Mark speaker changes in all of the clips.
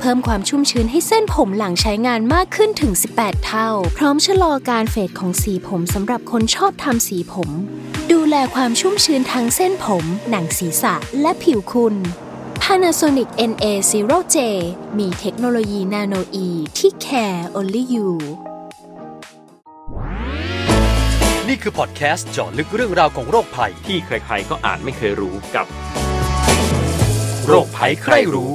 Speaker 1: เพิ่มความชุ่มชื้นให้เส้นผมหลังใช้งานมากขึ้นถึง 18 เท่า พร้อมชะลอการเฟดของสีผมสำหรับคนชอบทำสีผม ดูแลความชุ่มชื้นทั้งเส้นผม หนังศีรษะและผิวคุณ Panasonic NA0J มีเทคโนโลยีนาโนอีที่ care only you
Speaker 2: นี่คือพอดแคสต์เจาะลึกเรื่องราวของโรคภัย
Speaker 3: ที่ใครๆก็อ่านไม่เคยรู้กับ
Speaker 2: โรคภัยใครรู้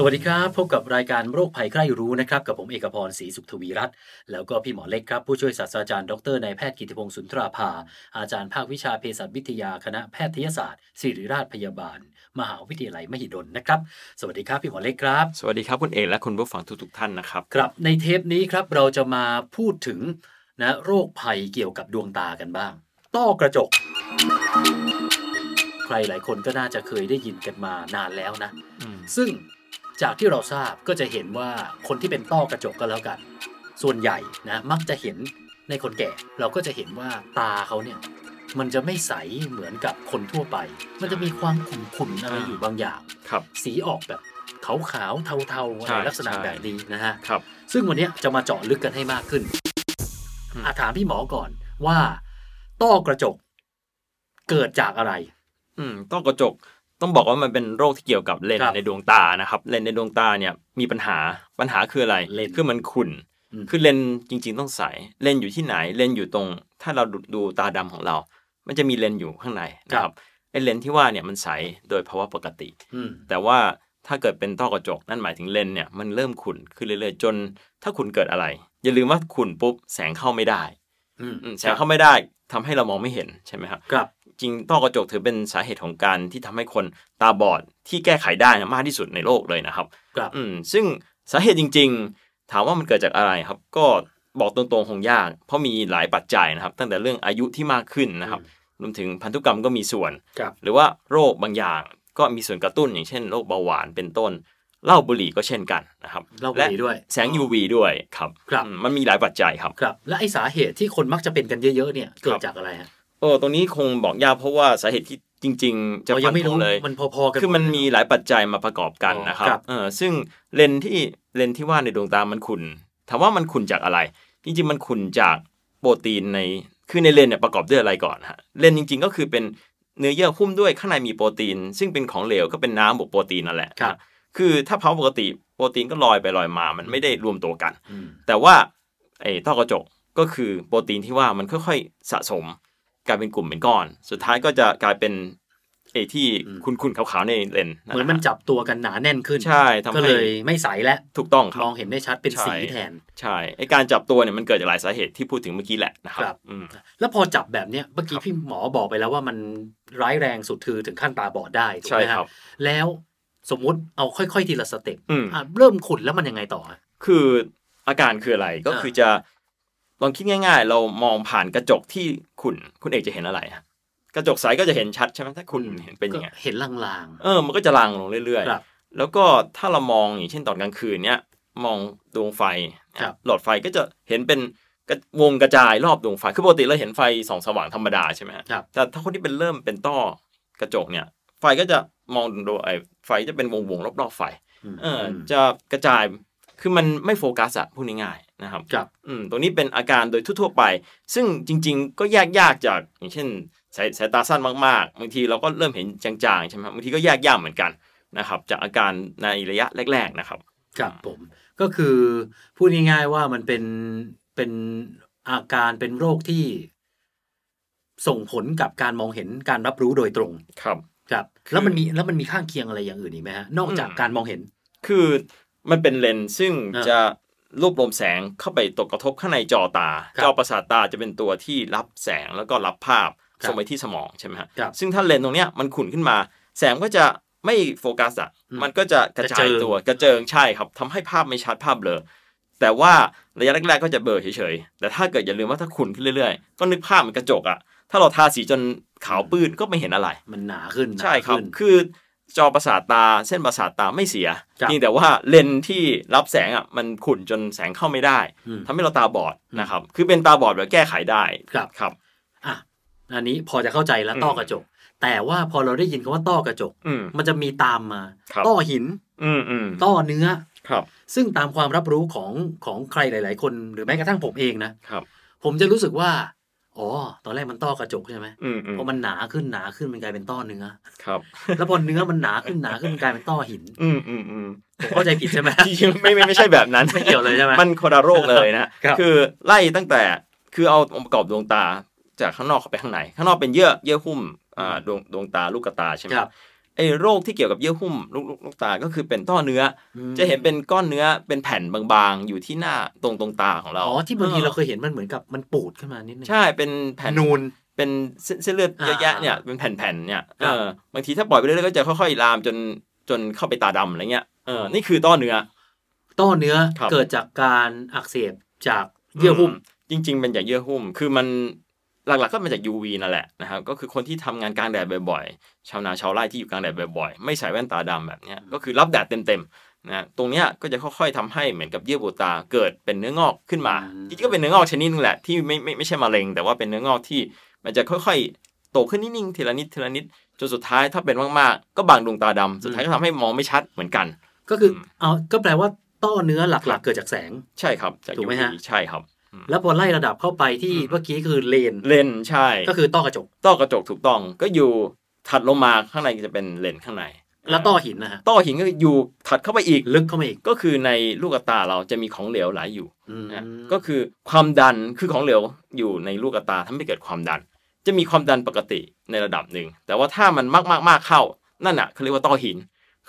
Speaker 4: สวัสดีครับ พบกับรายการโรคภัยใกล้รู้นะครับ กับผมเอกพรศรีสุขทวีรัตน์แล้วก็พี่หมอเล็กครับ ผู้ช่วยศาสตราจารย์ดรนายแพทย์กิติพงศ์สุนทราภา อาจารย์ภาควิชาเภสัชวิทยาคณะแพทยศาสตร์ ศิริราชพยาบาล มหาวิทยาลัยมหิดลนะครับ สวัสดีครับพี่หมอเล็กครับ
Speaker 3: สวัสดีครับคุณเอกและคุณผู้ฟังทุกๆท่านนะครับ
Speaker 4: ครับในเทปนี้ครับเราจะมาพูดถึงนะโรคภัยเกี่ยวกับดวงตากันบ้าง ต้อกระจก ใครหลายคนก็น่าจะเคยได้ยินกันมานานแล้วนะ
Speaker 3: อืม
Speaker 4: ซึ่งจากที่เราทราบก็จะเห็นว่าคนที่เป็นต้อกระจกก็แล้วกัน ส่วนใหญ่นะมักจะเห็นในคนแก่ เราก็จะเห็นว่าตาเขาเนี่ยมันจะไม่ใสเหมือนกับคนทั่วไป มันจะมีความขุ่นๆอะไรอยู่บางอย่าง
Speaker 3: ครับ
Speaker 4: สีออกแบบขาวๆเทาๆอะ
Speaker 3: ใช่
Speaker 4: ไรลักษณะ
Speaker 3: ใช่
Speaker 4: แบบนี้นะฮะ
Speaker 3: ครับ
Speaker 4: ซึ่งวันเนี้ยจะมาเจาะลึกกันให้มากขึ้น
Speaker 3: อืม
Speaker 4: อาถามพี่หมอก่อนว่า ต้อกระจก เกิดจากอะไร
Speaker 3: อืมต้อกระจกต้องบอกว่ามันเป็นโรคที่เกี่ยวกับเลน
Speaker 4: ครับ
Speaker 3: ส์ในดวงตานะครับ เลนส์ในดวงตาเนี่ยมีปัญหาปัญหาคืออะไร
Speaker 4: เลนส์
Speaker 3: คือมันขุ่น
Speaker 4: อืม
Speaker 3: คือเลนส์จริง ๆ ต้องใสเลนส์อยู่ที่ไหนเลนส์อยู่ตรง ถ้าเราดูดูตาดำของเรา มันจะมีเลนส์อยู่ข้างในนะครับไอเลนส์ที่ว่าเนี่ยมันใสโดยภาวะปกติ
Speaker 4: อืม
Speaker 3: แต่ว่าถ้าเกิดเป็นต้อกระจกนั่นหมายถึงเลนส์เนี่ยมันเริ่มขุ่นขึ้นเรื่อยๆจน ถ้าขุ่นเกิดอะไร อย่าลืมว่าขุ่นปุ๊บแสงเข้าไม่ได้
Speaker 4: อืม
Speaker 3: อืมแสงเข้าไม่ได้ทำให้เรามองไม่เห็นใช่ไหมครับ
Speaker 4: ครับ
Speaker 3: จริงต้อกระจกถือเป็นสาเหตุของการที่ทำให้คนตาบอดที่แก้ไขได้นะมากที่สุดในโลกเลยนะครับ
Speaker 4: ครับ
Speaker 3: อืมซึ่งสาเหตุจริง ๆ ถามว่ามันเกิดจากอะไรครับ ก็บอกตรงๆคงยาก เพราะมีหลายปัจจัยนะครับ ตั้งแต่เรื่องอายุที่มากขึ้นนะครับรวมถึงพันธุกรรมก็มีส่วน
Speaker 4: ครับ
Speaker 3: หรือว่าโรคบางอย่างก็มีส่วนกระตุ้นอย่างเช่นโรคเบาหวานเป็นต้นเหล้าบุหรี่ก็เช่นกันนะครับ
Speaker 4: เล่าไป
Speaker 3: และ
Speaker 4: ด้วย
Speaker 3: แสง UV ด้วยครับ
Speaker 4: ครับ
Speaker 3: อืมมันมีหลายปัจจัยครับ
Speaker 4: ครับ และไอสาเหตุที่คนมักจะเป็นกันเยอะๆเนี่ย เกิดจากอะไรฮะ
Speaker 3: เออตรงนี้คงบอกยากเพราะว่าสาเหตุที่จริง ๆ จะ
Speaker 4: เรายั
Speaker 3: ฟัน
Speaker 4: งไม่
Speaker 3: ธ
Speaker 4: รู้
Speaker 3: งเลย
Speaker 4: มันพอๆกัน
Speaker 3: คือมันมีหลายปัจจัยมาประกอบกัน
Speaker 4: อ๋อ
Speaker 3: นะครับ
Speaker 4: ครับ
Speaker 3: เออซึ่งเลนส์ที่เลนส์ที่ว่าในดวงตามันขุ่นถามว่ามันขุ่นจากอะไร จริงๆมันขุ่นจากโปรตีนในคือในเลนส์เนี่ยประกอบด้วยอะไรก่อนฮะเลนส์จริง ๆ ก็คือเป็นเนื้อเยื่อหุ้มด้วยข้างในมีโปรตีน ซึ่งเป็นของเหลวก็เป็นน้ำบวกโปรตีนนั่นแหละ
Speaker 4: ครับ
Speaker 3: คือถ้าเผาปกติโปรตีนก็ลอยไปลอยมามันไม่ได้รวมตัวกัน
Speaker 4: อืม
Speaker 3: แต่ว่าไอ้ท่อกระจกก็คือโปรตีนที่ว่ามันค่อยๆสะสม กลายเป็นกลุ่มเป็นก้อน สุดท้ายก็จะกลายเป็นไอ้ที่คุณๆขาวๆในเลนส์ะ
Speaker 4: เหมือนมันจับตัวกันหนาแน่นขึ้น
Speaker 3: ใช่ทำ
Speaker 4: ก็
Speaker 3: ให้
Speaker 4: เลยไม่ใสแล้ว
Speaker 3: ถูกต้องครั
Speaker 4: ม
Speaker 3: บ
Speaker 4: องเห็นได้ชัดเป็น
Speaker 3: ใช่
Speaker 4: สีแทน
Speaker 3: ใช่ไอ้การจับตัวเนี่ยมันเกิดจากหลายสาเหตุที่พูดถึงเมื่อกี้แหละนะครั
Speaker 4: ครับ
Speaker 3: บอืม
Speaker 4: แล้วพอจับแบบเนี้ยเมื่อกี้พี่หมอบอกไปแล้วว่ามันร้ายแรงสุดคือถึงขั้นตาบอดได้ถูกไหม
Speaker 3: ใช่ครับ
Speaker 4: แล้วสมมุติเอาค่อยๆทีละสเต็ป
Speaker 3: อืม
Speaker 4: อ่ะเริ่มขุดแล้วมันยังไงต่ออ่ะ
Speaker 3: คืออาการคืออะไรก็คือจะลองคิดง่ายๆ เรามองผ่านกระจกที่ขุ่นคุณเอกจะเห็นอะไรฮะกระจกใสก็จะเห็นชัดใช่ไหมถ้าคุณ
Speaker 4: อืม
Speaker 3: เห็นเป็นยังไง
Speaker 4: ก็เห็นลาง
Speaker 3: เออ มันก็จะลางลงเรื่อย
Speaker 4: ครับ
Speaker 3: ๆ แล้วก็ถ้าเรามองอย่างเช่นตอนกลางคืนเนี้ยมองดวงไฟ
Speaker 4: ครับ
Speaker 3: หลอดไฟก็จะเห็นเป็นกระวงกระจายรอบดวงไฟ คือปกติเราเห็นไฟสองสว่างธรรมดาใช่ไหมฮะ
Speaker 4: ๆ ครับ
Speaker 3: แต่ถ้าคนที่เป็นเริ่มเป็นต้อกระจกเนี่ย ไฟก็จะมองดูไอ้ไฟจะเป็นวงวงๆรอบๆไฟ
Speaker 4: อืม
Speaker 3: เอออจะกระจาย คือมันไม่โฟกัสอะพูดง่ายๆนะครับ
Speaker 4: ครับ
Speaker 3: อืมตรงนี้เป็นอาการโดยทั่วๆไป ซึ่งจริง ๆ ก็แยกยากจากอย่างเช่นสายสายตาสั้นมากๆ บางทีเราก็เริ่มเห็นจางๆใช่ไหมครับบางทีก็แยกยากเหมือนกันนะครับจากอาการในระยะแรก ๆนะครับ
Speaker 4: ครับผมก็คือพูดง่ายๆว่ามันเป็นเป็นอาการเป็นโรคที่ ส่งผลกับการมองเห็นการรับรู้โดยตรง
Speaker 3: ครับ
Speaker 4: ครับ แล้วมันมีแล้วมันมีข้างเคียงอะไรอย่างอื่นอีกไหมฮะนอกจากการมองเห็น
Speaker 3: คือมันเป็นเลนส์ซึ่ง
Speaker 4: อ่า
Speaker 3: จะรวบรวมแสงเข้าไปตกกระทบข้างในจอตา
Speaker 4: ครับ
Speaker 3: จอประสาทตาจะเป็นตัวที่รับแสงแล้วก็รับภาพ
Speaker 4: ครับ
Speaker 3: ส่งไปที่สมองใช่ไหมฮะ
Speaker 4: ครับ
Speaker 3: ซึ่งถ้าเลนส์ตรงเนี้ยมันขุ่นขึ้นมา แสงก็จะไม่โฟกัสอ่ะ
Speaker 4: อืม
Speaker 3: มันก็จะกระ
Speaker 4: กระเจิ
Speaker 3: จาย
Speaker 4: ง
Speaker 3: ตัวกระเจิงใช่ครับทำให้ภาพไม่ชัดภาพเบลอแต่ว่าระยะแรก ๆ ก็จะเบลอเฉยๆแต่ถ้าเกิดอย่าลืมว่าถ้าขุ่นขึ้นเรื่อยๆ ก็นึกภาพเหมือนกระจกอ่ะถ้าเราทาสีจน ขาวปื้นก็ไม่เห็นอะไร
Speaker 4: มันหนาขึ้นหนา
Speaker 3: ใช่ครับ
Speaker 4: ขึ้น
Speaker 3: คือจอประสาทตาเส้นประสาทตาไม่เสีย
Speaker 4: ครับ
Speaker 3: เพียงแต่ว่าเลนส์ที่รับแสงอ่ะมันขุ่นจนแสงเข้าไม่ได้
Speaker 4: ม
Speaker 3: ทำให้เราตาบอดนะครับ คือเป็นตาบอดแบบแก้ไขได้
Speaker 4: ครับ
Speaker 3: ครับ
Speaker 4: อ่ะอันนี้พอจะเข้าใจแล้ว
Speaker 3: อืม
Speaker 4: ต้อกระจก แต่ว่าพอเราได้ยินคำว่าต้อกระจก
Speaker 3: อืม
Speaker 4: มันจะมีตามมา
Speaker 3: ครับ
Speaker 4: ต้อหิน
Speaker 3: อืมอืม
Speaker 4: ต้อเนื้อ
Speaker 3: ครับ
Speaker 4: ซึ่งตามความรับรู้ของของใครหลาย ๆ คนหรือแม้กระทั่งผมเองนะ
Speaker 3: ครับ
Speaker 4: ผมจะรู้สึกว่า อ๋อ ตอนแรกมันต้อกระจกใช่ไหม
Speaker 3: อืมอืม
Speaker 4: พอมันหนาขึ้นหนาขึ้นมันกลายเป็นต้อเนื้อ
Speaker 3: ครับ
Speaker 4: แล้วพอเนื้อมันหนาขึ้นหนาขึ้นมันกลายเป็นต้อหิน
Speaker 3: อืมอืมอืม
Speaker 4: ผมเข้าใจผิดใช่ไหม
Speaker 3: จริงๆไม่ไม่ไม่ใช่แบบนั้น
Speaker 4: ไม่เกี่ยวเลยใช่ไหม
Speaker 3: มันคนละโรคเลยนะครับ คือไล่ตั้งแต่คือเอาองค์ประกอบดวงตาจากข้างนอกเข้าไปข้างในข้างนอกเป็นเยื่อเยื่อหุ้มอ่าดวงดวงตาลูกกระตาใช่ไหม
Speaker 4: ครับ
Speaker 3: ไอ้โรคที่เกี่ยวกับเยื่อหุ้มลูกลูกลูกตาก็คือเป็นต้อเนื้ออ
Speaker 4: ม
Speaker 3: จะเห็นเป็นก้อนเนื้อเป็นแผ่นบางๆ อยู่ที่หน้าตรงตรงตาของเรา
Speaker 4: อ๋อที่บางทีเราเคยเห็นมันเหมือนกับมันปูดขึ้นมานิดนึง
Speaker 3: ใช่เป็นแผ่น
Speaker 4: นูน
Speaker 3: เป็นเส้นเส้นเลือดเยอะแยะเนี่ย
Speaker 4: อ่า
Speaker 3: เป็นแผ่นๆเนี่ย
Speaker 4: ครับ
Speaker 3: เออบางทีถ้าปล่อยไปเรื่อยๆก็จะค่อยๆลามจนจนเข้าไปตาดำอะไรเงี้ยเออนี่คือต้อเนื้อ
Speaker 4: ต้อเนื้อ
Speaker 3: ครับ
Speaker 4: เกิดจากการอักเสบจากเยื่อหุ้ม
Speaker 3: จริงๆเป็นจากเยื่อหุ้ม คือมันหลักๆก็มาจาก UV นั่นแหละนะครับ ก็คือคนที่ทำงานกลางแดดบ่อยๆ ชาวนาชาวไร่ที่อยู่กลางแดดบ่อยๆ ไม่ใส่แว่นตาดำแบบเนี้ย ก็คือรับแดดเต็มๆ นะ ตรงเนี้ยก็จะค่อยๆทำให้เหมือนกับเยื่อบุตาเกิดเป็นเนื้องอกขึ้นมา
Speaker 4: อืม
Speaker 3: จริงๆก็เป็นเนื้องอกชนิดนึงแหละที่ไม่ไม่ไม่ใช่มะเร็ง แต่ว่าเป็นเนื้องอกที่มันจะค่อยๆ โตขึ้นนิดนึงทีละนิดทีละนิด จนสุดท้ายถ้าเป็นมากๆ ก็บางดวงตาดำสุดท้ายก็ทำให้มองไม่ชัดเหมือนกัน
Speaker 4: ก็คืออ
Speaker 3: ม
Speaker 4: เอาก็แปลว่าต้อเนื้อหลักๆ เกิดจากแสง
Speaker 3: ใช่ครับ จาก
Speaker 4: ถูกไหม
Speaker 3: UV
Speaker 4: ฮะ
Speaker 3: ใช่ครับ
Speaker 4: แล้วพอไล่ระดับเข้าไปที่
Speaker 3: อืม
Speaker 4: เมื่อกี้คือเลน
Speaker 3: เลนส์ใช่
Speaker 4: ก็คือต้อกระจก
Speaker 3: ต้อกระจกถูกต้องก็อยู่ถัดลงมาข้างในจะเป็นเลนส์ข้างใน
Speaker 4: แล้วต้อหินนะฮะ
Speaker 3: ต้อหินก็อยู่ถัดเข้าไปอีก
Speaker 4: ลึกเข้ามาอีก
Speaker 3: ก็คือในลูกตาเราจะมีของเหลวไหลอยู่
Speaker 4: อืม
Speaker 3: นะก็คือความดันคือของเหลวอยู่ในลูกตาทำให้เกิดความดัน จะมีความดันปกติในระดับหนึ่ง แต่ว่าถ้ามันมากมากมากๆเข้านั่นน่ะเขาเรียกว่าต้อหิน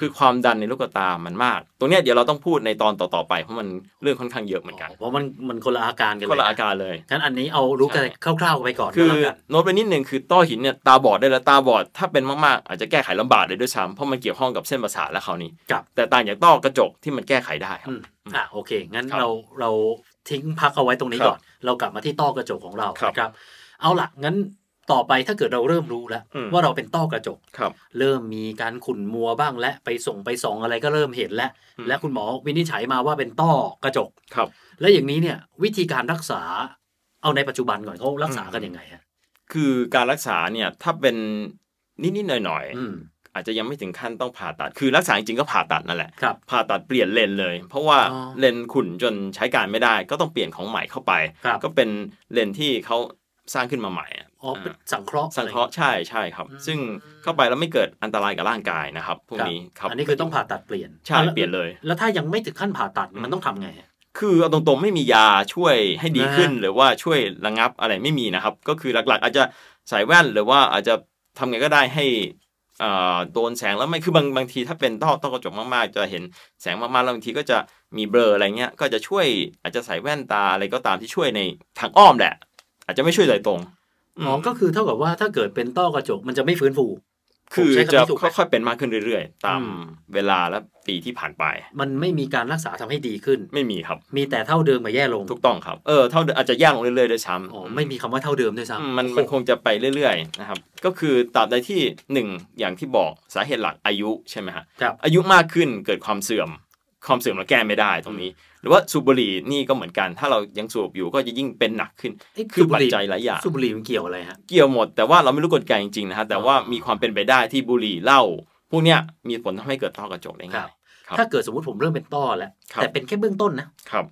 Speaker 3: คือความดันในลูกตามันมาก ตรงเนี้ยเดี๋ยวเราต้องพูดในตอนต่อๆไปเพราะมันเรื่องค่อนข้างเยอะเหมือนกัน
Speaker 4: เพราะมันมันคนละอาการกัน
Speaker 3: คนละ
Speaker 4: เย
Speaker 3: อาการเลย
Speaker 4: งั้นอันนี้เอารู้กันคร่าวๆไปก่อน
Speaker 3: คื
Speaker 4: ก็
Speaker 3: อ
Speaker 4: แล้วกัน
Speaker 3: โน้ตไปนิดหนึ่งคือต้อหินเนี่ยตาบอดได้แล้วตาบอดถ้าเป็นมากๆ อาจจะแก้ไขลำบากเลยด้วยซ้ำเพราะมันเกี่ยวข้องกับเส้นประสาทและเขาวนี้
Speaker 4: กับ
Speaker 3: แต่ต่างจากต้อกระจกที่มันแก้ไขได้ครั
Speaker 4: อื
Speaker 3: บ
Speaker 4: มอ่ะโอเค งั้น
Speaker 3: ครับ
Speaker 4: เราเราทิ้งพักเอาไว้ตรงนี้ก่อน เรากลับมาที่ต้อกระจกของเรา
Speaker 3: ครับ
Speaker 4: นะครับ เอาล่ะงั้นต่อไปถ้าเกิดเราเริ่มรู้แล้ว
Speaker 3: อืม
Speaker 4: ว่าเราเป็นต้อกระจก
Speaker 3: ครับ
Speaker 4: เริ่มมีการขุ่นมัวบ้างและไปส่งไปส่องอะไรก็เริ่มเห็นแล้ว
Speaker 3: อืม
Speaker 4: และคุณหมอวินิจฉัยมาว่าเป็นต้อกระจก
Speaker 3: ครับ
Speaker 4: และอย่างนี้เนี่ยวิธีการรักษาเอาในปัจจุบันก่อนเขารักษากันยังไงฮะ
Speaker 3: คือการรักษาเนี่ยถ้าเป็นนิดๆหน่อย
Speaker 4: อืม
Speaker 3: ๆ อาจจะยังไม่ถึงขั้นต้องผ่าตัด คือรักษาจริงๆก็ผ่าตัดนั่นแหละ
Speaker 4: ครับ
Speaker 3: ผ่าตัดเปลี่ยนเลนเลย เพราะว่า
Speaker 4: อ๋อ
Speaker 3: เลนขุ่นจนใช้การไม่ได้ ก็ต้องเปลี่ยนของใหม่เข้าไป
Speaker 4: ครับ
Speaker 3: ก็เป็นเลนที่เขาสร้างขึ้นมาใหม่อะ
Speaker 4: อ๋อเป็นา สังเคราะห์
Speaker 3: สังเคราะห์ใช่ใช่ครับ ซึ่งเข้าไปแล้วไม่เกิดอันตรายกับร่างกายนะครับพวก
Speaker 4: ครับ
Speaker 3: นี้ครับ
Speaker 4: อันนี้คือต้องผ่าตัดเปลี่ยน
Speaker 3: ใช่
Speaker 4: อ่ะแว
Speaker 3: เปลี่ยนเลย
Speaker 4: แล้วถ้ายังไม่ถึงขั้นผ่าตัด
Speaker 3: อืม
Speaker 4: มันต้องทำไงฮะ
Speaker 3: คือเอาตรงๆไม่มียาช่วยให้ดีขึ้น
Speaker 4: นะ
Speaker 3: หรือว่าช่วยระงับอะไรไม่มีนะครับ ก็คือหลักๆ อาจจะใส่แว่นหรือว่าอาจจะทำไงก็ได้ให้อ่าโดนแสงแล้วไม่คือบางบางทีถ้าเป็นต้อต้อกระจกมากๆ จะเห็นแสงมากๆแล้วบางทีก็จะมีเบลออะไรเงี้ยก็จะช่วยอาจจะใส่แว่นตาอะไรก็ตามที่ช่วยในทางอ้อมแหละ อาจจะไม่ช่วยโดยตรงม
Speaker 4: อ๋อก็คือเท่ากับว่าถ้าเกิดเป็นต้อกระจกมันจะไม่ฟื้นฟู
Speaker 3: คือ
Speaker 4: ผมใช้
Speaker 3: จะ
Speaker 4: คำนี้ถูกไหม
Speaker 3: ค่อยๆเป็นมากขึ้นเรื่อยๆ ตาม
Speaker 4: อืม
Speaker 3: เวลาและปีที่ผ่านไป
Speaker 4: มันไม่มีการรักษาทำให้ดีขึ้น
Speaker 3: ไม่มีครับ
Speaker 4: มีแต่เท่าเดิมกับแย่ลง
Speaker 3: ถูกต้องครับ เออเท่าเดิมอาจจะแย่ลงเรื่อยๆด้วยซ้ำ
Speaker 4: อ๋อไม่มีคำว่าเท่าเดิมด้วย
Speaker 3: อืม
Speaker 4: ซ้ำ
Speaker 3: มันมันคงจะไปเรื่อยๆนะครับ ก็คือตราบใดที่หนึ่งอย่างที่บอกสาเหตุหลักอายุใช่ไหมฮะ
Speaker 4: ครับ
Speaker 3: อายุมากขึ้นเกิดความเสื่อม ความเสื่อมเราแก้ไม่ได้ตรงนี้ หรือว่าสูบบุหรี่นี่ก็เหมือนกัน ถ้าเรายังสูบอยู่ก็จะยิ่งเป็นหนักขึ้น
Speaker 4: เะ
Speaker 3: คือ
Speaker 4: สูบ
Speaker 3: ปัจ
Speaker 4: บุรี่
Speaker 3: จัยหลายอย่าง
Speaker 4: สูบบุหรี่มันเกี่ยวอะไรฮะ
Speaker 3: เกี่ยวหมดแต่ว่าเราไม่รู้กลไกจริงๆนะฮะแต่ว่ามีความเป็นไปได้ที่บุหรี่เหล้าพวกเนี้ยมีผลทำให้เกิดต้อกระจก
Speaker 4: ค
Speaker 3: ได้
Speaker 4: รั
Speaker 3: ง่า
Speaker 4: บ
Speaker 3: ย ครับ
Speaker 4: ถ้าเกิดสมมติผมเริ่มเป็นต้อแล้ว
Speaker 3: ครับ
Speaker 4: แต่เป็นแค่เบื้องต้นนะ
Speaker 3: ครับ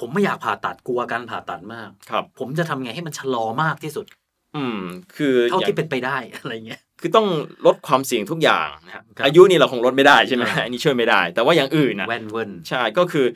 Speaker 4: ผมไม่อยากผ่าตัดกลัวการผ่าตัดมาก
Speaker 3: ครับ
Speaker 4: ผมจะทำไงให้มันชะลอมากที่สุด
Speaker 3: อืมคือ
Speaker 4: เท่า
Speaker 3: อย่า
Speaker 4: ที่
Speaker 3: ง
Speaker 4: เป็นไปได้ อะไรเงี้ย
Speaker 3: คือต้องลดความเสี่ยงทุกอย่างนะครับ
Speaker 4: ครับ
Speaker 3: อายุนี่เราคงลดไม่ได้ใช่ไหม
Speaker 4: ครับ
Speaker 3: อันนี้ช่วยไม่ได้ แต่ว่าอย่างอื่นนะ
Speaker 4: แว่นเวิร์น
Speaker 3: ใช่ก็คือ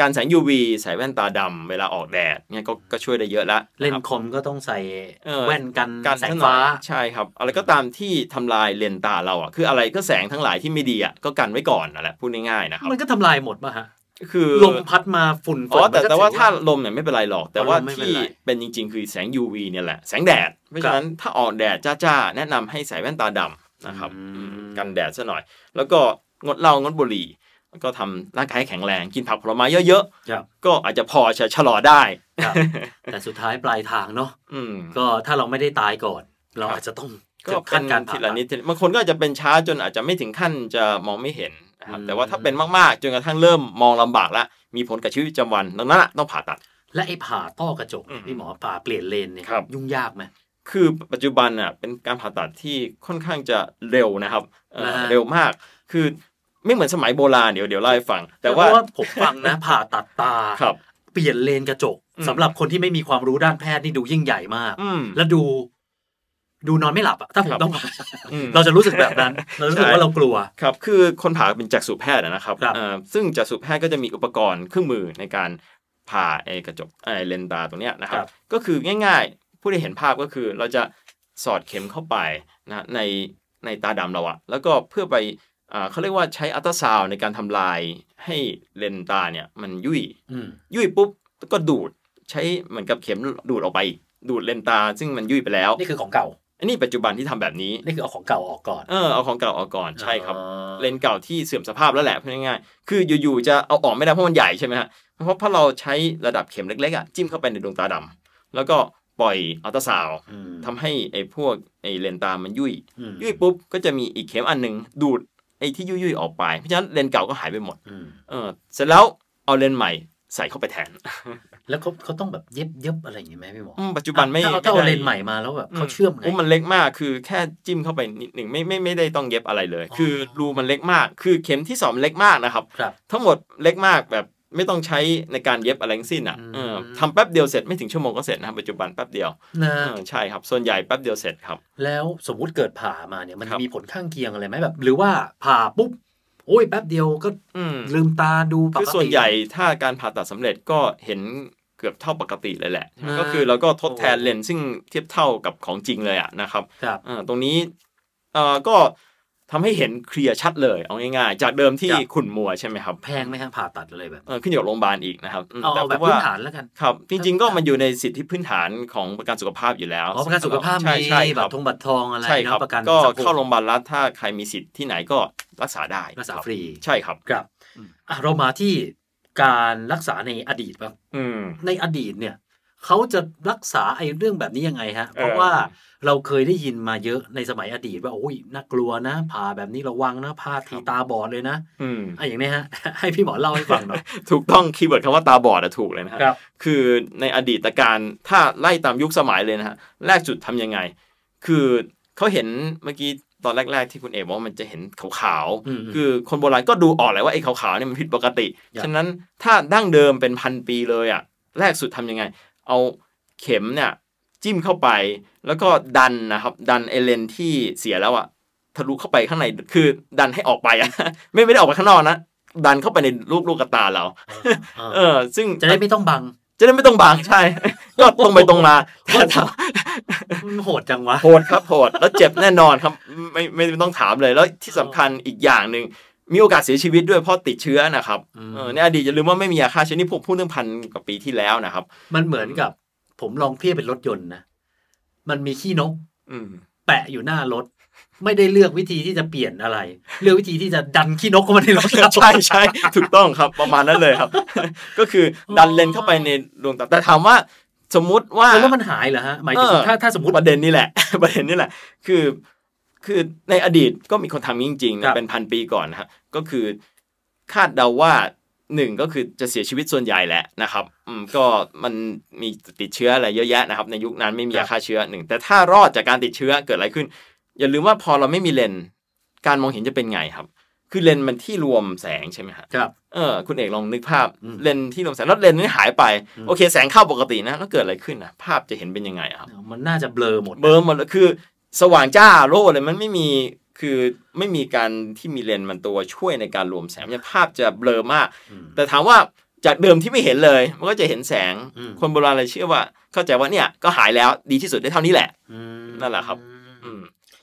Speaker 3: การแสง UV ใส่แว่นตาดำเวลาออกแดดเนี่ยก็ก็ช่วยได้เยอะละ
Speaker 4: เล่น
Speaker 3: ครับ
Speaker 4: คอมก็ต้องใส่
Speaker 3: เออ
Speaker 4: แว่นกัน
Speaker 3: การ
Speaker 4: แสง
Speaker 3: ทั้หลย
Speaker 4: ฟ้า
Speaker 3: ใช่ครับ อะไรก็ตามที่ทำลายเลนส์ตาเราอ่ะคืออะไรก็แสงทั้งหลายที่ไม่ดีอ่ะก็กันไว้ก่อนนั่นแหละพูดง่ายๆนะครับ
Speaker 4: มันก็ทำลายหมดป่ะฮะ
Speaker 3: คือ
Speaker 4: ลมพัดมาฝุ่น
Speaker 3: อ๋อ
Speaker 4: ฝน
Speaker 3: แต่
Speaker 4: มันก็
Speaker 3: แต่ว่า
Speaker 4: ถือ
Speaker 3: ถ้าลมเนี่ยไม่เป็นไรหรอก แต่ว่า
Speaker 4: ลมไม่เป็น
Speaker 3: ที่
Speaker 4: ไร
Speaker 3: เป็นจริง ๆ คือแสง UV เนี่ยแหละแสงแดดเพราะฉะนั้นถ้าออกแดดจ้าๆแนะนำให้ใส่แว่นตาดำนะครับ
Speaker 4: อืม
Speaker 3: กันแดดซะหน่อย แล้วก็งดเหล้างดบุหรี่ แล้วก็ทำร่างกายให้แข็งแรงกินผักผลไม้เยอะ
Speaker 4: ครับ
Speaker 3: ๆ ก็อาจจะพอจะชะลอได้
Speaker 4: ครับ แต่สุดท้ายปลายทางเนาะ
Speaker 3: อืม
Speaker 4: ก็ถ้าเราไม่ได้ตายก่อน เรา
Speaker 3: ครับ
Speaker 4: อาจจะต้อง
Speaker 3: ก็
Speaker 4: เบ
Speaker 3: เป็
Speaker 4: ขั้
Speaker 3: น
Speaker 4: นการผ่า
Speaker 3: ทีละนิดทีละบางคนก็อาจจะเป็นช้าจนอาจจะไม่ถึงขั้นจะมองไม่เห็นนะครับแต่ว่าถ้าเป็นมากๆ จนกระทั่งเริ่มมองลำบากละมีผลกับชีวิตประจำวันดังนั้นล่ะต้องผ่าตัด
Speaker 4: และไอ้ผ่าต้อกระจกเนี่ย
Speaker 3: อืม
Speaker 4: พี่หมอผ่าเปลี่ยนเลนเนี่ย
Speaker 3: ครับ
Speaker 4: ยุ่งยากไหม
Speaker 3: คือปัจจุบันอ่ะเป็นการผ่าตัดที่ค่อนข้างจะเร็วนะครับเอ่อ
Speaker 4: นะฮะ
Speaker 3: เร็วมาก คือไม่เหมือนสมัยโบราณเดี๋ยวเดี๋ยวเล่าให้ฟัง แต่ว่า
Speaker 4: เพระผมฟังนะ ผ่าตัดตา
Speaker 3: ครับ
Speaker 4: เปลี่ยนเลนกระจก
Speaker 3: อืม
Speaker 4: สำหรับคนที่ไม่มีความรู้ด้านแพทย์นี่ดูยิ่งใหญ่มาก
Speaker 3: อืม
Speaker 4: และดู ดูนอนไม่หลับอะถ้าผม
Speaker 3: ครับ
Speaker 4: ต้องผ่า
Speaker 3: อืม
Speaker 4: เราจะรู้สึกแบบนั้น เรารู้สึก
Speaker 3: ใช่
Speaker 4: ว่าเรากลัว
Speaker 3: ครับคือคนผ่าเป็นจักษุแพทย์อะนะครับ
Speaker 4: ครับ
Speaker 3: เอ่อซึ่งจักษุแพทย์ก็จะมีอุปกรณ์เครื่องมือในการผ่าไอ้กระจกไอ้เลนส์ตาตรงเนี้ยนะครั
Speaker 4: ครับ บ
Speaker 3: ก็คือง่ายๆ ผู้ได้เห็นภาพก็คือเราจะสอดเข็มเข้าไปนะในในตาดำเราอะแล้วก็เพื่อไปอ่าเขาเรียกว่าใช้อัลตราซาวด์ในการทำลายให้เลนส์ตาเนี่ยมันยุ่ย
Speaker 4: อืม
Speaker 3: ยุ่ยปุ๊บก็ดูดใช้เหมือนกับเข็มดูดออกไปอีกดูดเลนส์ตา ซึ่งมันยุ่ยไปแล้ว
Speaker 4: นี่คือของเก่า
Speaker 3: อันนี้ปัจจุบันที่ทำแบบนี้
Speaker 4: นี่คือเอาของเก่าออกก่อน
Speaker 3: เออเอาของเก่าออกก่อนใช่ครับ
Speaker 4: อ๋อ
Speaker 3: เลนส์เก่าที่เสื่อมสภาพแล้วแหละพูดง่ายๆ คืออยู่ๆจะเอาออกไม่ได้เพราะมันใหญ่ใช่ไหมฮะ เพราะเพราะเราใช้ระดับเข็มเล็กๆอะจิ้มเข้าไปในดวงตาดำแล้วก็ปล่อยอัลตราซาวด์
Speaker 4: อืม
Speaker 3: ทำให้ไอ้พวกไอ้เลนส์ตามันยุ่ย
Speaker 4: อืม
Speaker 3: ยุ่ยปุ๊บก็จะมีอีกเข็มอันหนึ่งดูดไอ้ที่ยุ่ยๆออกไป เพราะฉะนั้นเลนส์เก่าก็หายไปหมด
Speaker 4: อืม
Speaker 3: เออเสร็จแล้วเอาเลนส์ใหม่ใส่เข้าไปแทน
Speaker 4: แล้วเขาเขาต้องแบบเย็บเย็บอะไรอย่างงี้ไหมพี่หมอ
Speaker 3: อืมปัจจุบันไม่
Speaker 4: ถ้าเอาถ้าเอา
Speaker 3: ไได้
Speaker 4: เลนส์ใหม่มาแล้วแบบเขาเชื่อมไง
Speaker 3: โมันเล็กมากคือแค่จิ้มเข้าไปนิดหนึ่งไม่ไม่ไม่ได้ต้องเย็บอะไรเลย
Speaker 4: อ๋อ
Speaker 3: คือรูมันเล็กมาก คือเข็มที่สองมันเล็กมากนะครับ
Speaker 4: ครับ
Speaker 3: ทั้งหมดเล็กมากแบบไม่ต้องใช้ในการเย็บอะไรทั้งสิ้นอ่ะ
Speaker 4: อืม
Speaker 3: เออทำแป๊บเดียวเสร็จไม่ถึงชั่วโมงก็เสร็จนะครับปัจจุบันแป๊บเดียว
Speaker 4: นะ
Speaker 3: เออใช่ครับ ส่วนใหญ่แป๊บเดียวเสร็จครับ
Speaker 4: แล้วสมมุติเกิดผ่ามาเนี่ยมัน
Speaker 3: ครับ
Speaker 4: มีผลข้างเคียงอะไรไหมแบบ หรือว่าผ่าปุ๊บ โอ้ยแป๊บเดียวก็
Speaker 3: อืม
Speaker 4: ลืมตาดูปกติ
Speaker 3: คือส่วนใหญ่ถ้าการผ่าตัดสำเร็จก็เห็นเกือบเท่าปกติเลยแหละ
Speaker 4: อ่า
Speaker 3: ก็คือเราก็ทดแทนเลนส์ซึ่งเทียบเท่ากับของจริงเลยอ่ะนะครับ
Speaker 4: ครับ
Speaker 3: เออตรงนี้เอ่อก็ทำให้เห็นเคลียร์ชัดเลยเอาง่ายๆ จากเดิมที่
Speaker 4: ครับ
Speaker 3: ขุ่นมัวใช่ไหมครับ
Speaker 4: แพงไหมฮะผ่าตัดอะไรแบบ
Speaker 3: เออขึ้นอยู่กับโรงพยาบาลอีกนะครับอืม
Speaker 4: เอา
Speaker 3: ต่
Speaker 4: เอาแบบ
Speaker 3: ว่
Speaker 4: พื้นฐานแล้วกัน
Speaker 3: ครับจริงๆก็มันอยู่ในสิทธิพื้นฐานของประกันสุขภาพอยู่แล้ว
Speaker 4: อ๋อประกันสุขภาพ
Speaker 3: ใช่
Speaker 4: มี
Speaker 3: ใช่ค
Speaker 4: บั
Speaker 3: รั
Speaker 4: ตรทงบัตรทองอะไร
Speaker 3: ใช่ค
Speaker 4: เนาะ
Speaker 3: รับ
Speaker 4: ประกัน
Speaker 3: ก็
Speaker 4: สังค
Speaker 3: เข้าม โรงพยาบาลรัฐถ้าใครมีสิทธิ์ที่ไหนก็รักษาได้
Speaker 4: รักษา
Speaker 3: คบ
Speaker 4: ฟรี
Speaker 3: ใช่ครับ
Speaker 4: ครับ
Speaker 3: อืม
Speaker 4: อ่ะเรามาที่การรักษาในอดีตบ้าง
Speaker 3: อืม
Speaker 4: ในอดีตเนี่ยเขาจะรักษาไอ้เรื่องแบบนี้ยังไงฮะ
Speaker 3: เอ่อ
Speaker 4: เพราะว่าเราเคยได้ยินมาเยอะในสมัยอดีตว่าโอ้ยน่ากลัวนะผ่าแบบนี้ระวังนะผ่าทีตาบอดเลยนะ
Speaker 3: อืม
Speaker 4: อ่ะอย่างนี้ฮะ ให้พี่หมอเล่าให้ฟังหน่อย
Speaker 3: ถูกต้องคีย์เวิร์ดคำว่าตาบอดอะถูกเลยนะฮะ คือในอดีตการถ้าไล่ตามยุคสมัยเลยนะฮะแรกจุดทำยังไง คือเขาเห็นเมื่อกี้ตอนแรก ๆ ที่คุณเอกบอกว่ามันจะเห็นขาว
Speaker 4: อืม
Speaker 3: ๆคือคนโบราณก็ดูออกแหละว่าไอ้ขาวๆเนี่ยมันผิดปกติ
Speaker 4: ครับ
Speaker 3: ฉะนั้นถ้าดั้งเดิมเป็นพันปีเลยอ่ะ แรกสุดทำยังไง เอาเข็มเนี่ยจิ้มเข้าไป แล้วก็ดันนะครับดันเอเลนที่เสียแล้วอะทะลุเข้าไปข้างในคือดันให้ออกไปอะ ไม่ไม่ได้ออกไปข้างนอกนะดันเข้าไปในลูกลูกกระตาเรา
Speaker 4: อ่า
Speaker 3: เออ ซึ่ง
Speaker 4: จะได้ไม่ต้องบัง
Speaker 3: จะได้ไม่ต้องบางใช่ ก็ตรงไปตรงมา แต่ถาม
Speaker 4: โหดจังวะ
Speaker 3: โหดครับโหดแล้วเจ็บแน่นอนครับไม่ไม่ไม่ต้องถามเลยแล้วที่สำคัญอีกอย่างหนึ่งมีโอกาสเสียชีวิตด้วยเพราะติดเชื้อนะครับ
Speaker 4: อืม
Speaker 3: เออในอดีตอย่าลืมว่าไม่มียาฆ่าเชื้อนี่ผมพูดเรื่องพันกว่าปีที่แล้วนะครับ
Speaker 4: มันเหมือนกับ ผมลองเทียบเป็นรถยนต์นะ มันมีขี้นก
Speaker 3: อืม
Speaker 4: แปะอยู่หน้ารถ ไม่ได้เลือกวิธีที่จะเปลี่ยนอะไร เลือกวิธีที่จะดันขี้นกเข้ามาในรถ เรา
Speaker 3: ใช่ใช่ถูกต้องครับประมาณนั้นเลยครับ ก็คือดันเลนเข้าไปในดวงตาแต่ถามว่าสมมุติว่า
Speaker 4: แล้วมันหายเหรอฮะ หมายถึง
Speaker 3: เออ
Speaker 4: ถ้าถ้าสมมติ
Speaker 3: ประเด็นนี่แหละ ประเด็นนี่แหละ คือคือในอดีตก็มีคนทำอย่างนี้จริงๆ
Speaker 4: ครั
Speaker 3: นะ
Speaker 4: บ
Speaker 3: เป็นพันปีก่อนนะฮะก็คือคาดเดาว่าหนึ่งก็คือจะเสียชีวิตส่วนใหญ่แหละนะครับอืมก็มันมีติดเชื้ออะไรเยอะแยะนะครับ ในยุคนั้นไม่มียาฆ่าเชื้อหนึ่งแต่ถ้ารอดจากการติดเชื้อเกิดอะไรขึ้น อย่าลืมว่าพอเราไม่มีเลนส์การมองเห็นจะเป็นไงครับ คือเลนส์มันที่รวมแสงใช่ไหมฮะ
Speaker 4: ครับ
Speaker 3: เออคุณเอกลองนึกภาพ
Speaker 4: อืม
Speaker 3: เลนส์ที่ลมแสงแล้วเลนส์นี่หายไป
Speaker 4: อืม
Speaker 3: โอเคแสงเข้าปกตินะ แล้วเกิดอะไรขึ้นนะภาพจะเห็นเป็นยังไงอะครับ
Speaker 4: มันน่าจะเบลอหมด
Speaker 3: เบลอร์หมดเลยคือ สว่างจ้าโล่เลยมันไม่มีคือไม่มีการที่มีเลนส์มันตัวช่วยในการรวมแสงเนี่ยภาพจะเบลอมาก
Speaker 4: อืม
Speaker 3: แต่ถามว่าจากเดิมที่ไม่เห็นเลย มันก็จะเห็นแสง
Speaker 4: อืม
Speaker 3: คนโบราณเลยเชื่อว่า เข้าใจว่าเนี่ยก็หายแล้วดีที่สุดได้เท่านี้แหละ
Speaker 4: อืม
Speaker 3: นั่นแหละครับ อืม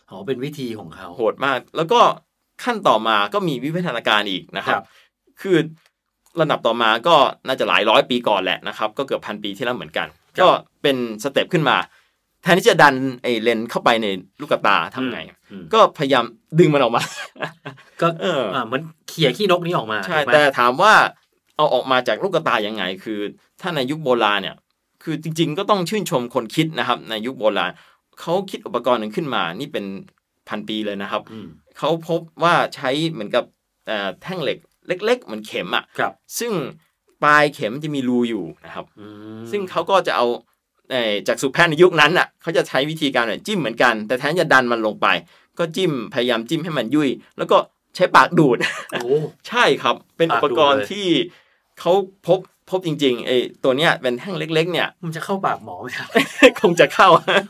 Speaker 4: อ๋อเป็นวิธีของเขา
Speaker 3: โหดมาก แล้วก็ขั้นต่อมาก็มีวิวัฒนาการอีกนะครั
Speaker 4: ครับ บ
Speaker 3: คือระดับต่อมาก็น่าจะหลายร้อยปีก่อนแหละนะครับ ก็เกือบพันปีที่แล้วเหมือนกัน ก็เป็นสเต็ปขึ้นมา แทนที่จะดันไอ้เลนส์เข้าไปในลูกตาทำไง
Speaker 4: อืม
Speaker 3: ก็พยายามดึงมันออกมา
Speaker 4: ก็
Speaker 3: เออ
Speaker 4: อ่าเหมือนเขี่ยขี้นกนี้ออกมา
Speaker 3: ใช่
Speaker 4: ถูกไหม
Speaker 3: แต่ถามว่าเอาออกมาจากลูกตายังไง คือถ้าในยุคโบราณเนี่ย คือจริง ๆ ก็ต้องชื่นชมคนคิดนะครับ ในยุคโบราณ เขาคิดอุปกรณ์หนึ่งขึ้นมา นี่เป็นพันปีเลยนะครับ
Speaker 4: อืม
Speaker 3: เขาพบว่าใช้เหมือนกับเอ่อแท่งเหล็กเล็ก ๆ เหมือนเข็มอ่ะ
Speaker 4: ครับ
Speaker 3: ซึ่งปลายเข็มจะมีรูอยู่นะครับ
Speaker 4: อืม
Speaker 3: ซึ่งเขาก็จะเอาเอ่อจากสุแพทย์ในยุคนั้นอ่ะเขาจะใช้วิธีการเนี่ยจิ้มเหมือนกัน แต่แทนจะดันมันลงไป ก็จิ้มพยายามจิ้มให้มันยุ่ย แล้วก็ใช้ปากดูด
Speaker 4: โอ้
Speaker 3: ใช่ครับ เป็นอุปกรณ์
Speaker 4: ปากดูดเลย
Speaker 3: ที่เขาพบพบจริงๆไอ้ตัวเนี้ยเป็นแท่งเล็ก ๆ เนี่ย
Speaker 4: มันจะเข้าปากหมอไหมครับ
Speaker 3: คงจะเข้า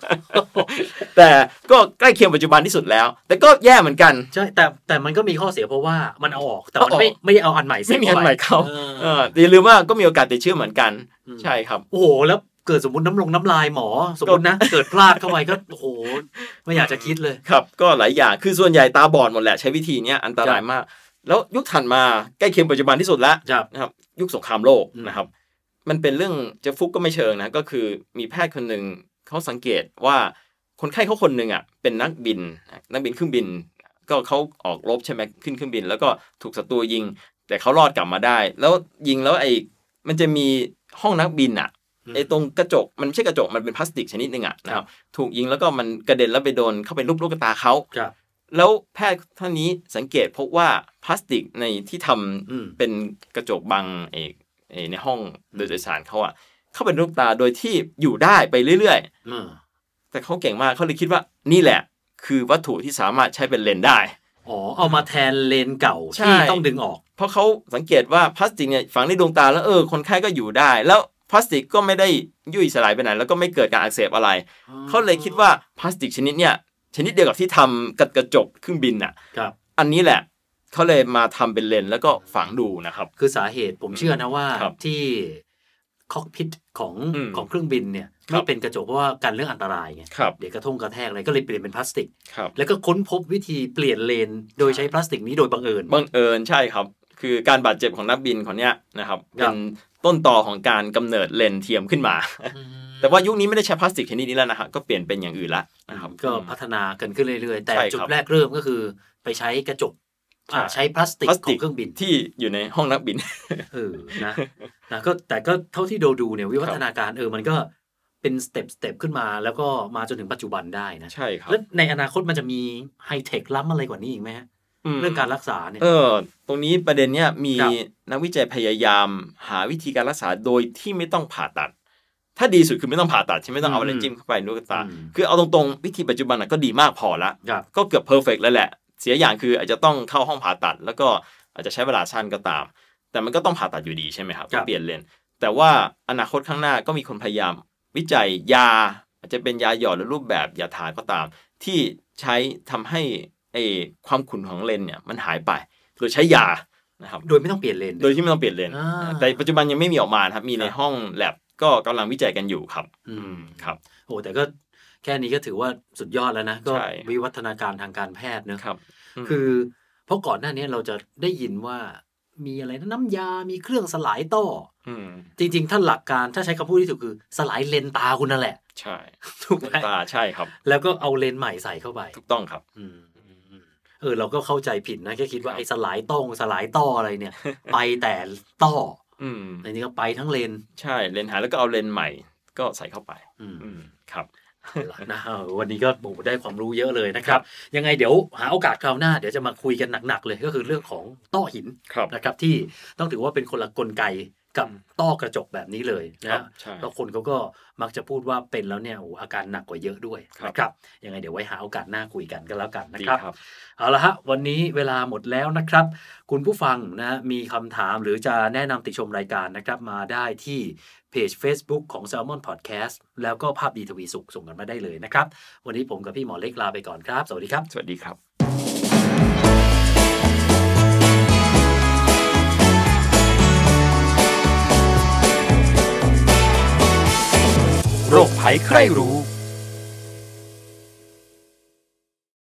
Speaker 3: แต่ก็ใกล้เคียงปัจจุบันที่สุดแล้ว แต่ก็แย่เหมือนกัน
Speaker 4: ใช่แต่แต่มันก็มีข้อเสียเพราะว่ามันเอาออก แต่มัน
Speaker 3: เอาออก
Speaker 4: ไม่ไม่ได้เอาอันใหม่ใส่
Speaker 3: ไม่มีอันใหม่เข้า
Speaker 4: เออ
Speaker 3: เอออย่าลืมว่าก็มีโอกาสติดเชื้อเหมือนกัน
Speaker 4: อืม
Speaker 3: ใช่ครับ
Speaker 4: โอ้โหแล้วเกิดสมมติน้ำลงน้ำลายหมอ สมมตินะ เกิดพลาดเข้าไปก็โอ้โหไม่อยากจะคิดเลย
Speaker 3: ครับ ก็หลายอย่างคือส่วนใหญ่ตาบอดหมดแหละใช้วิธีเนี้ยอันตรา
Speaker 4: ค
Speaker 3: ย
Speaker 4: รับ
Speaker 3: มาก แล้วยุคถัดมาใกล้เคียงปัจจุบันที่สุดแล้ว
Speaker 4: ครับ
Speaker 3: นะครับยุคสงครามโลก
Speaker 4: อืม
Speaker 3: นะครับ มันเป็นเรื่องจะฟุกก็ไม่เชิงนะ ก็คือมีแพทย์คนหนึ่งเขาสังเกตว่าคนไข้เขาคนหนึ่งอ่ะเป็นนักบินนะนักบินเครื่องบิน ก็เขาออกรบใช่ไหมขึ้นเครื่องบิน แล้วก็ถูกศัตรูยิง แต่เขารอดกลับมาได้ แล้วยิงแล้วไอ้มันจะมีห้องนักบินอ่ะไอ้ตรงกระจกมันไม่ใช่กระจกมันเป็นพลาสติกชนิดหนึ่งอ่ะนะครับถูกยิงแล้วก็มันกระเด็นแล้วไปโดนเข้าไปรูปลูกตาเขา
Speaker 4: ครับ
Speaker 3: แล้วแพทย์ท่านนี้สังเกตพบว่าพลาสติกในที่ทำ
Speaker 4: อืม
Speaker 3: เป็นกระจกบังเอกเอ่อในห้องโดยสารเขาอะเข้าเป็นลูกตาโดยที่อยู่ได้ไปเรื่อย
Speaker 4: อืม
Speaker 3: ๆ แต่เขาเก่งมากเขาเลยคิดว่านี่แหละ คือวัตถุที่สามารถใช้เป็นเลนส์ได้
Speaker 4: อ๋อเอามาแทนเลนเก่า
Speaker 3: ใช่
Speaker 4: ที่ต้องดึงออก
Speaker 3: เพราะเขาสังเกตว่าพลาสติกเนี่ยฝังในดวงตาแล้วเออคนไข้ก็อยู่ได้ แล้วพลาสติกก็ไม่ได้ยุ่ยสลายไปไหน แล้วก็ไม่เกิดการอักเสบอะไร เขาเลยคิดว่าพลาสติกชนิดเนี่ยชนิดเดียวกับที่ทำกับกระจกเครื่องบินน่ะ
Speaker 4: ครับ
Speaker 3: อันนี้แหละเขาเลยมาทำเป็นเลนส์แล้วก็ฝังดูนะครับ
Speaker 4: คือสาเหตุผมเชื่อนะว่า
Speaker 3: ครับ
Speaker 4: ที่คอกพิทของ
Speaker 3: อืม
Speaker 4: ของเครื่องบินเนี่ย
Speaker 3: ครั
Speaker 4: ไม่
Speaker 3: บ
Speaker 4: เป็นกระจกเพราะว่ากันเรื่องอันตรายไง
Speaker 3: ครับ
Speaker 4: เดี๋ยวกระทงกระแทกอะไรก็เลยเปลี่ยนเป็นพลาสติก
Speaker 3: ครับ
Speaker 4: แล้วก็ค้นพบวิธีเปลี่ยนเลน โดยใช้พลาสติกนี้โดยบังเอิญ
Speaker 3: บังเอิญใช่ครับ คือการบาดเจ็บของนักบินคนเนี้ยนะครับ
Speaker 4: ครั
Speaker 3: เป็
Speaker 4: บ
Speaker 3: นต้นต่อของการกำเนิดเลนส์เทียมขึ้นมา แต่ว่ายุคนี้ไม่ได้ใช้พลาสติกชนิดนี้แล้วนะฮะก็เปลี่ยนเป็นอย่างอื่นละนะครับ
Speaker 4: ก็พัฒนากันขึ้นเรื่อยๆ แต่
Speaker 3: ใช่ครับ
Speaker 4: จุดแรกเริ่มก็คือไปใช้กระจกอ่า
Speaker 3: ใช่
Speaker 4: ใช้พลาสติก
Speaker 3: พลาส
Speaker 4: ขอ
Speaker 3: ติ
Speaker 4: งเครื่องบิน
Speaker 3: ที่อยู่ในห้องนักบิน
Speaker 4: เออนะนะก็แต่ก็เท่าที่ดูดูเนี่ยวิวัฒนาการเออมันก็เป็นสเต็ปสเต็ปขึ้นมา แล้วก็มาจนถึงปัจจุบันได้นะ
Speaker 3: ใช่ครับ
Speaker 4: แล้วในอนาคตมันจะมีไฮเทคล้ำอะไรกว่านี้อีกไหมฮะ
Speaker 3: ม
Speaker 4: เรื่องการรักษาเนี่ย
Speaker 3: เออ ตรงนี้ประเด็นเนี้ยมี
Speaker 4: ครับ
Speaker 3: นักวิจัยพยายามหาวิธีการรักษาโดยที่ไม่ต้องผ่าตัด ถ้าดีสุดคือไม่ต้องผ่าตัดใช่ไหมไม่ต้องเอาอะไรจิ้มเข้าไปนูกตา
Speaker 4: ม
Speaker 3: คือเอาตรงๆวิธีปัจจุบันน่ะก็ดีมากพอละ
Speaker 4: ครับ
Speaker 3: ก็เกือบเพอร์เฟกแล้วแหละ เสียอย่างคืออาจจะต้องเข้าห้องผ่าตัด แล้วก็อาจจะใช้เวลาสั้นก็ตาม แต่มันก็ต้องผ่าตัดอยู่ดีใช่ไหมครับเปลี่ยนเลนส์แต่ว่าอนาคตข้างหน้าก็มีคนพยายาม วิจัยยา อาจจะเป็นยาหยอดหรือรูปแบบยาทานก็ตาม ที่ใช้ทำให้ไอความขุ่นของเลนส์เนี่ยมันหายไป โดยใช้ยานะครับ
Speaker 4: โดยไม่ต้องเปลี่ยนเลน
Speaker 3: โดยที่ไม่ต้องเปลี่ยนเลนส์
Speaker 4: อ่า
Speaker 3: แต่ปัจจุบันยังไม่มีออกมานะครับมีในห้องแลบก็กำลังวิจัยกันอยู่ครับ
Speaker 4: อืม
Speaker 3: ครับ
Speaker 4: โอ้แต่ก็แค่นี้ก็ถือว่าสุดยอดแล้วนะก็
Speaker 3: ใช่
Speaker 4: วิวัฒนาการทางการแพทย์เนอะ
Speaker 3: ครับม
Speaker 4: คือเพราะก่อนหน้านี้เราจะได้ยินว่ามีอะไรนะน้ำยา มีเครื่องสลายต้อ
Speaker 3: อืม
Speaker 4: จริงๆ ถ้าหลักการถ้าใช้คำพูดที่ถูกคือสลายเลนตาคุณนั่นแหละ
Speaker 3: ใช่
Speaker 4: ถูกไหม
Speaker 3: ตาใช่ครับ
Speaker 4: แล้วก็เอาเลนใหม่ใส่เข้าไป
Speaker 3: ถูกต้องครับ
Speaker 4: อืมเออเราก็เข้าใจผิดนะแค่คิดว่า
Speaker 3: ครับ
Speaker 4: ไอ้สลายต้องสลายต้ออะไรเนี่ย ไปแต่ต้อ
Speaker 3: อืม
Speaker 4: ในนี้ก็ไปทั้งเลน
Speaker 3: ใช่เลนส์หายแล้วก็เอาเลนส์ใหม่ก็ใส่เข้าไป
Speaker 4: อืม
Speaker 3: อืมครับ
Speaker 4: เอาล่ะนะเออวันนี้ก็โอ้โหได้ความรู้เยอะเลยนะครับ ยังไงเดี๋ยวหาโอกาสคราวหน้าเดี๋ยวจะมาคุยกันหนักๆเลยก็คือเรื่องของต้อหิน
Speaker 3: ครับ
Speaker 4: นะครับ ที่ต้องถือว่าเป็นคนละกลไกกับต้อกระจกแบบนี้เลย
Speaker 3: ครั
Speaker 4: นะ
Speaker 3: บใช่
Speaker 4: แล้วคนเขาก็มักจะพูดว่าเป็นแล้วเนี่ยโอ้โหอาการหนักกว่าเยอะด้วย
Speaker 3: ครับ
Speaker 4: นะครับยังไงเดี๋ยวไว้หาโอกาสหน้าคุยกันก็แล้วกันนะ
Speaker 3: ดี
Speaker 4: ครับ
Speaker 3: ครับ
Speaker 4: เอาละฮะวันนี้เวลาหมดแล้วนะครับ คุณผู้ฟังนะฮะมีคำถามหรือจะแนะนำติชมรายการนะครับ มาได้ที่เพจ Facebook ของ Salmon Podcast แล้วก็ภาพดีทวีสุขส่งกันมาได้เลยนะครับ วันนี้ผมกับพี่หมอเล็กลาไปก่อนครับ สวัสดีครับ
Speaker 3: สวัสดีครับ
Speaker 5: โรคภัยใครรู้